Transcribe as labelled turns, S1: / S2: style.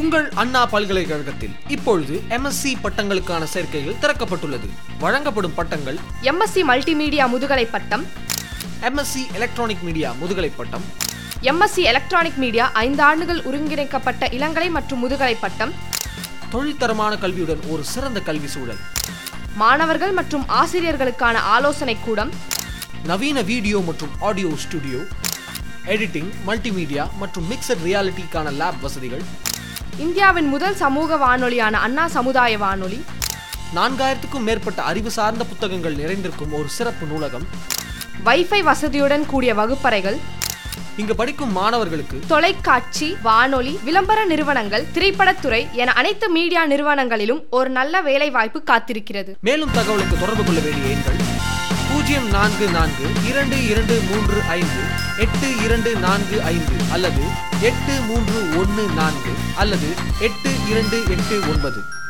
S1: உங்கள் அண்ணா பல்கலைக்கழகத்தில் இப்பொழுது எம்எஸ்சி பட்டங்களுக்கான சேர்க்கைகள் திறக்கப்பட்டுள்ளது வழங்கப்படும் பட்டங்கள்
S2: எம்எஸ்சி மல்டிமீடியா முதுகலை பட்டம்
S1: எம்எஸ்சி எலக்ட்ரானிக் மீடியா முதுகலை பட்டம்
S2: எம்எஸ்சி எலக்ட்ரானிக் மீடியா ஐந்து ஆண்டுகள் ஒருங்கிணைக்கப்பட்ட இளங்கலை மற்றும் முதுகலை பட்டம்
S1: தொழில்தரமான கல்வியுடன் ஒரு சிறந்த கல்வி சூழல்
S2: மாணவர்கள் மற்றும் ஆசிரியர்களுக்கான ஆலோசனை கூடம்
S1: நவீன வீடியோ மற்றும் ஆடியோ ஸ்டுடியோ எடிட்டிங் மல்டிமீடியா மற்றும் மிக்சட் ரியாலிட்டிக்கான லேப் வசதிகள்
S2: இந்தியாவின் முதல் சமூக வானொலியான அண்ணா சமுதாய வானொலி
S1: நான்காயிரத்துக்கும் மேற்பட்ட அறிவு சார்ந்த புத்தகங்கள் நிறைந்திருக்கும் ஒரு சிறப்பு நூலகம்
S2: வைஃபை வசதியுடன் கூடிய வகுப்பறைகள்
S1: இங்கு படிக்கும் மாணவர்களுக்கு
S2: தொலைக்காட்சி வானொலி விளம்பர நிறுவனங்கள் திரைப்படத்துறை என அனைத்து மீடியா நிறுவனங்களிலும் ஒரு நல்ல வேலைவாய்ப்பு காத்திருக்கிறது
S1: மேலும் தகவலுக்கு தொடர்பு கொள்ள வேண்டிய எண்கள் பூஜ்ஜியம் நான்கு நான்கு இரண்டு இரண்டு மூன்று ஐந்து எட்டு இரண்டு நான்கு ஐந்து அல்லது எட்டு மூன்று ஒன்று நான்கு அல்லது எட்டு இரண்டு எட்டு ஒன்பது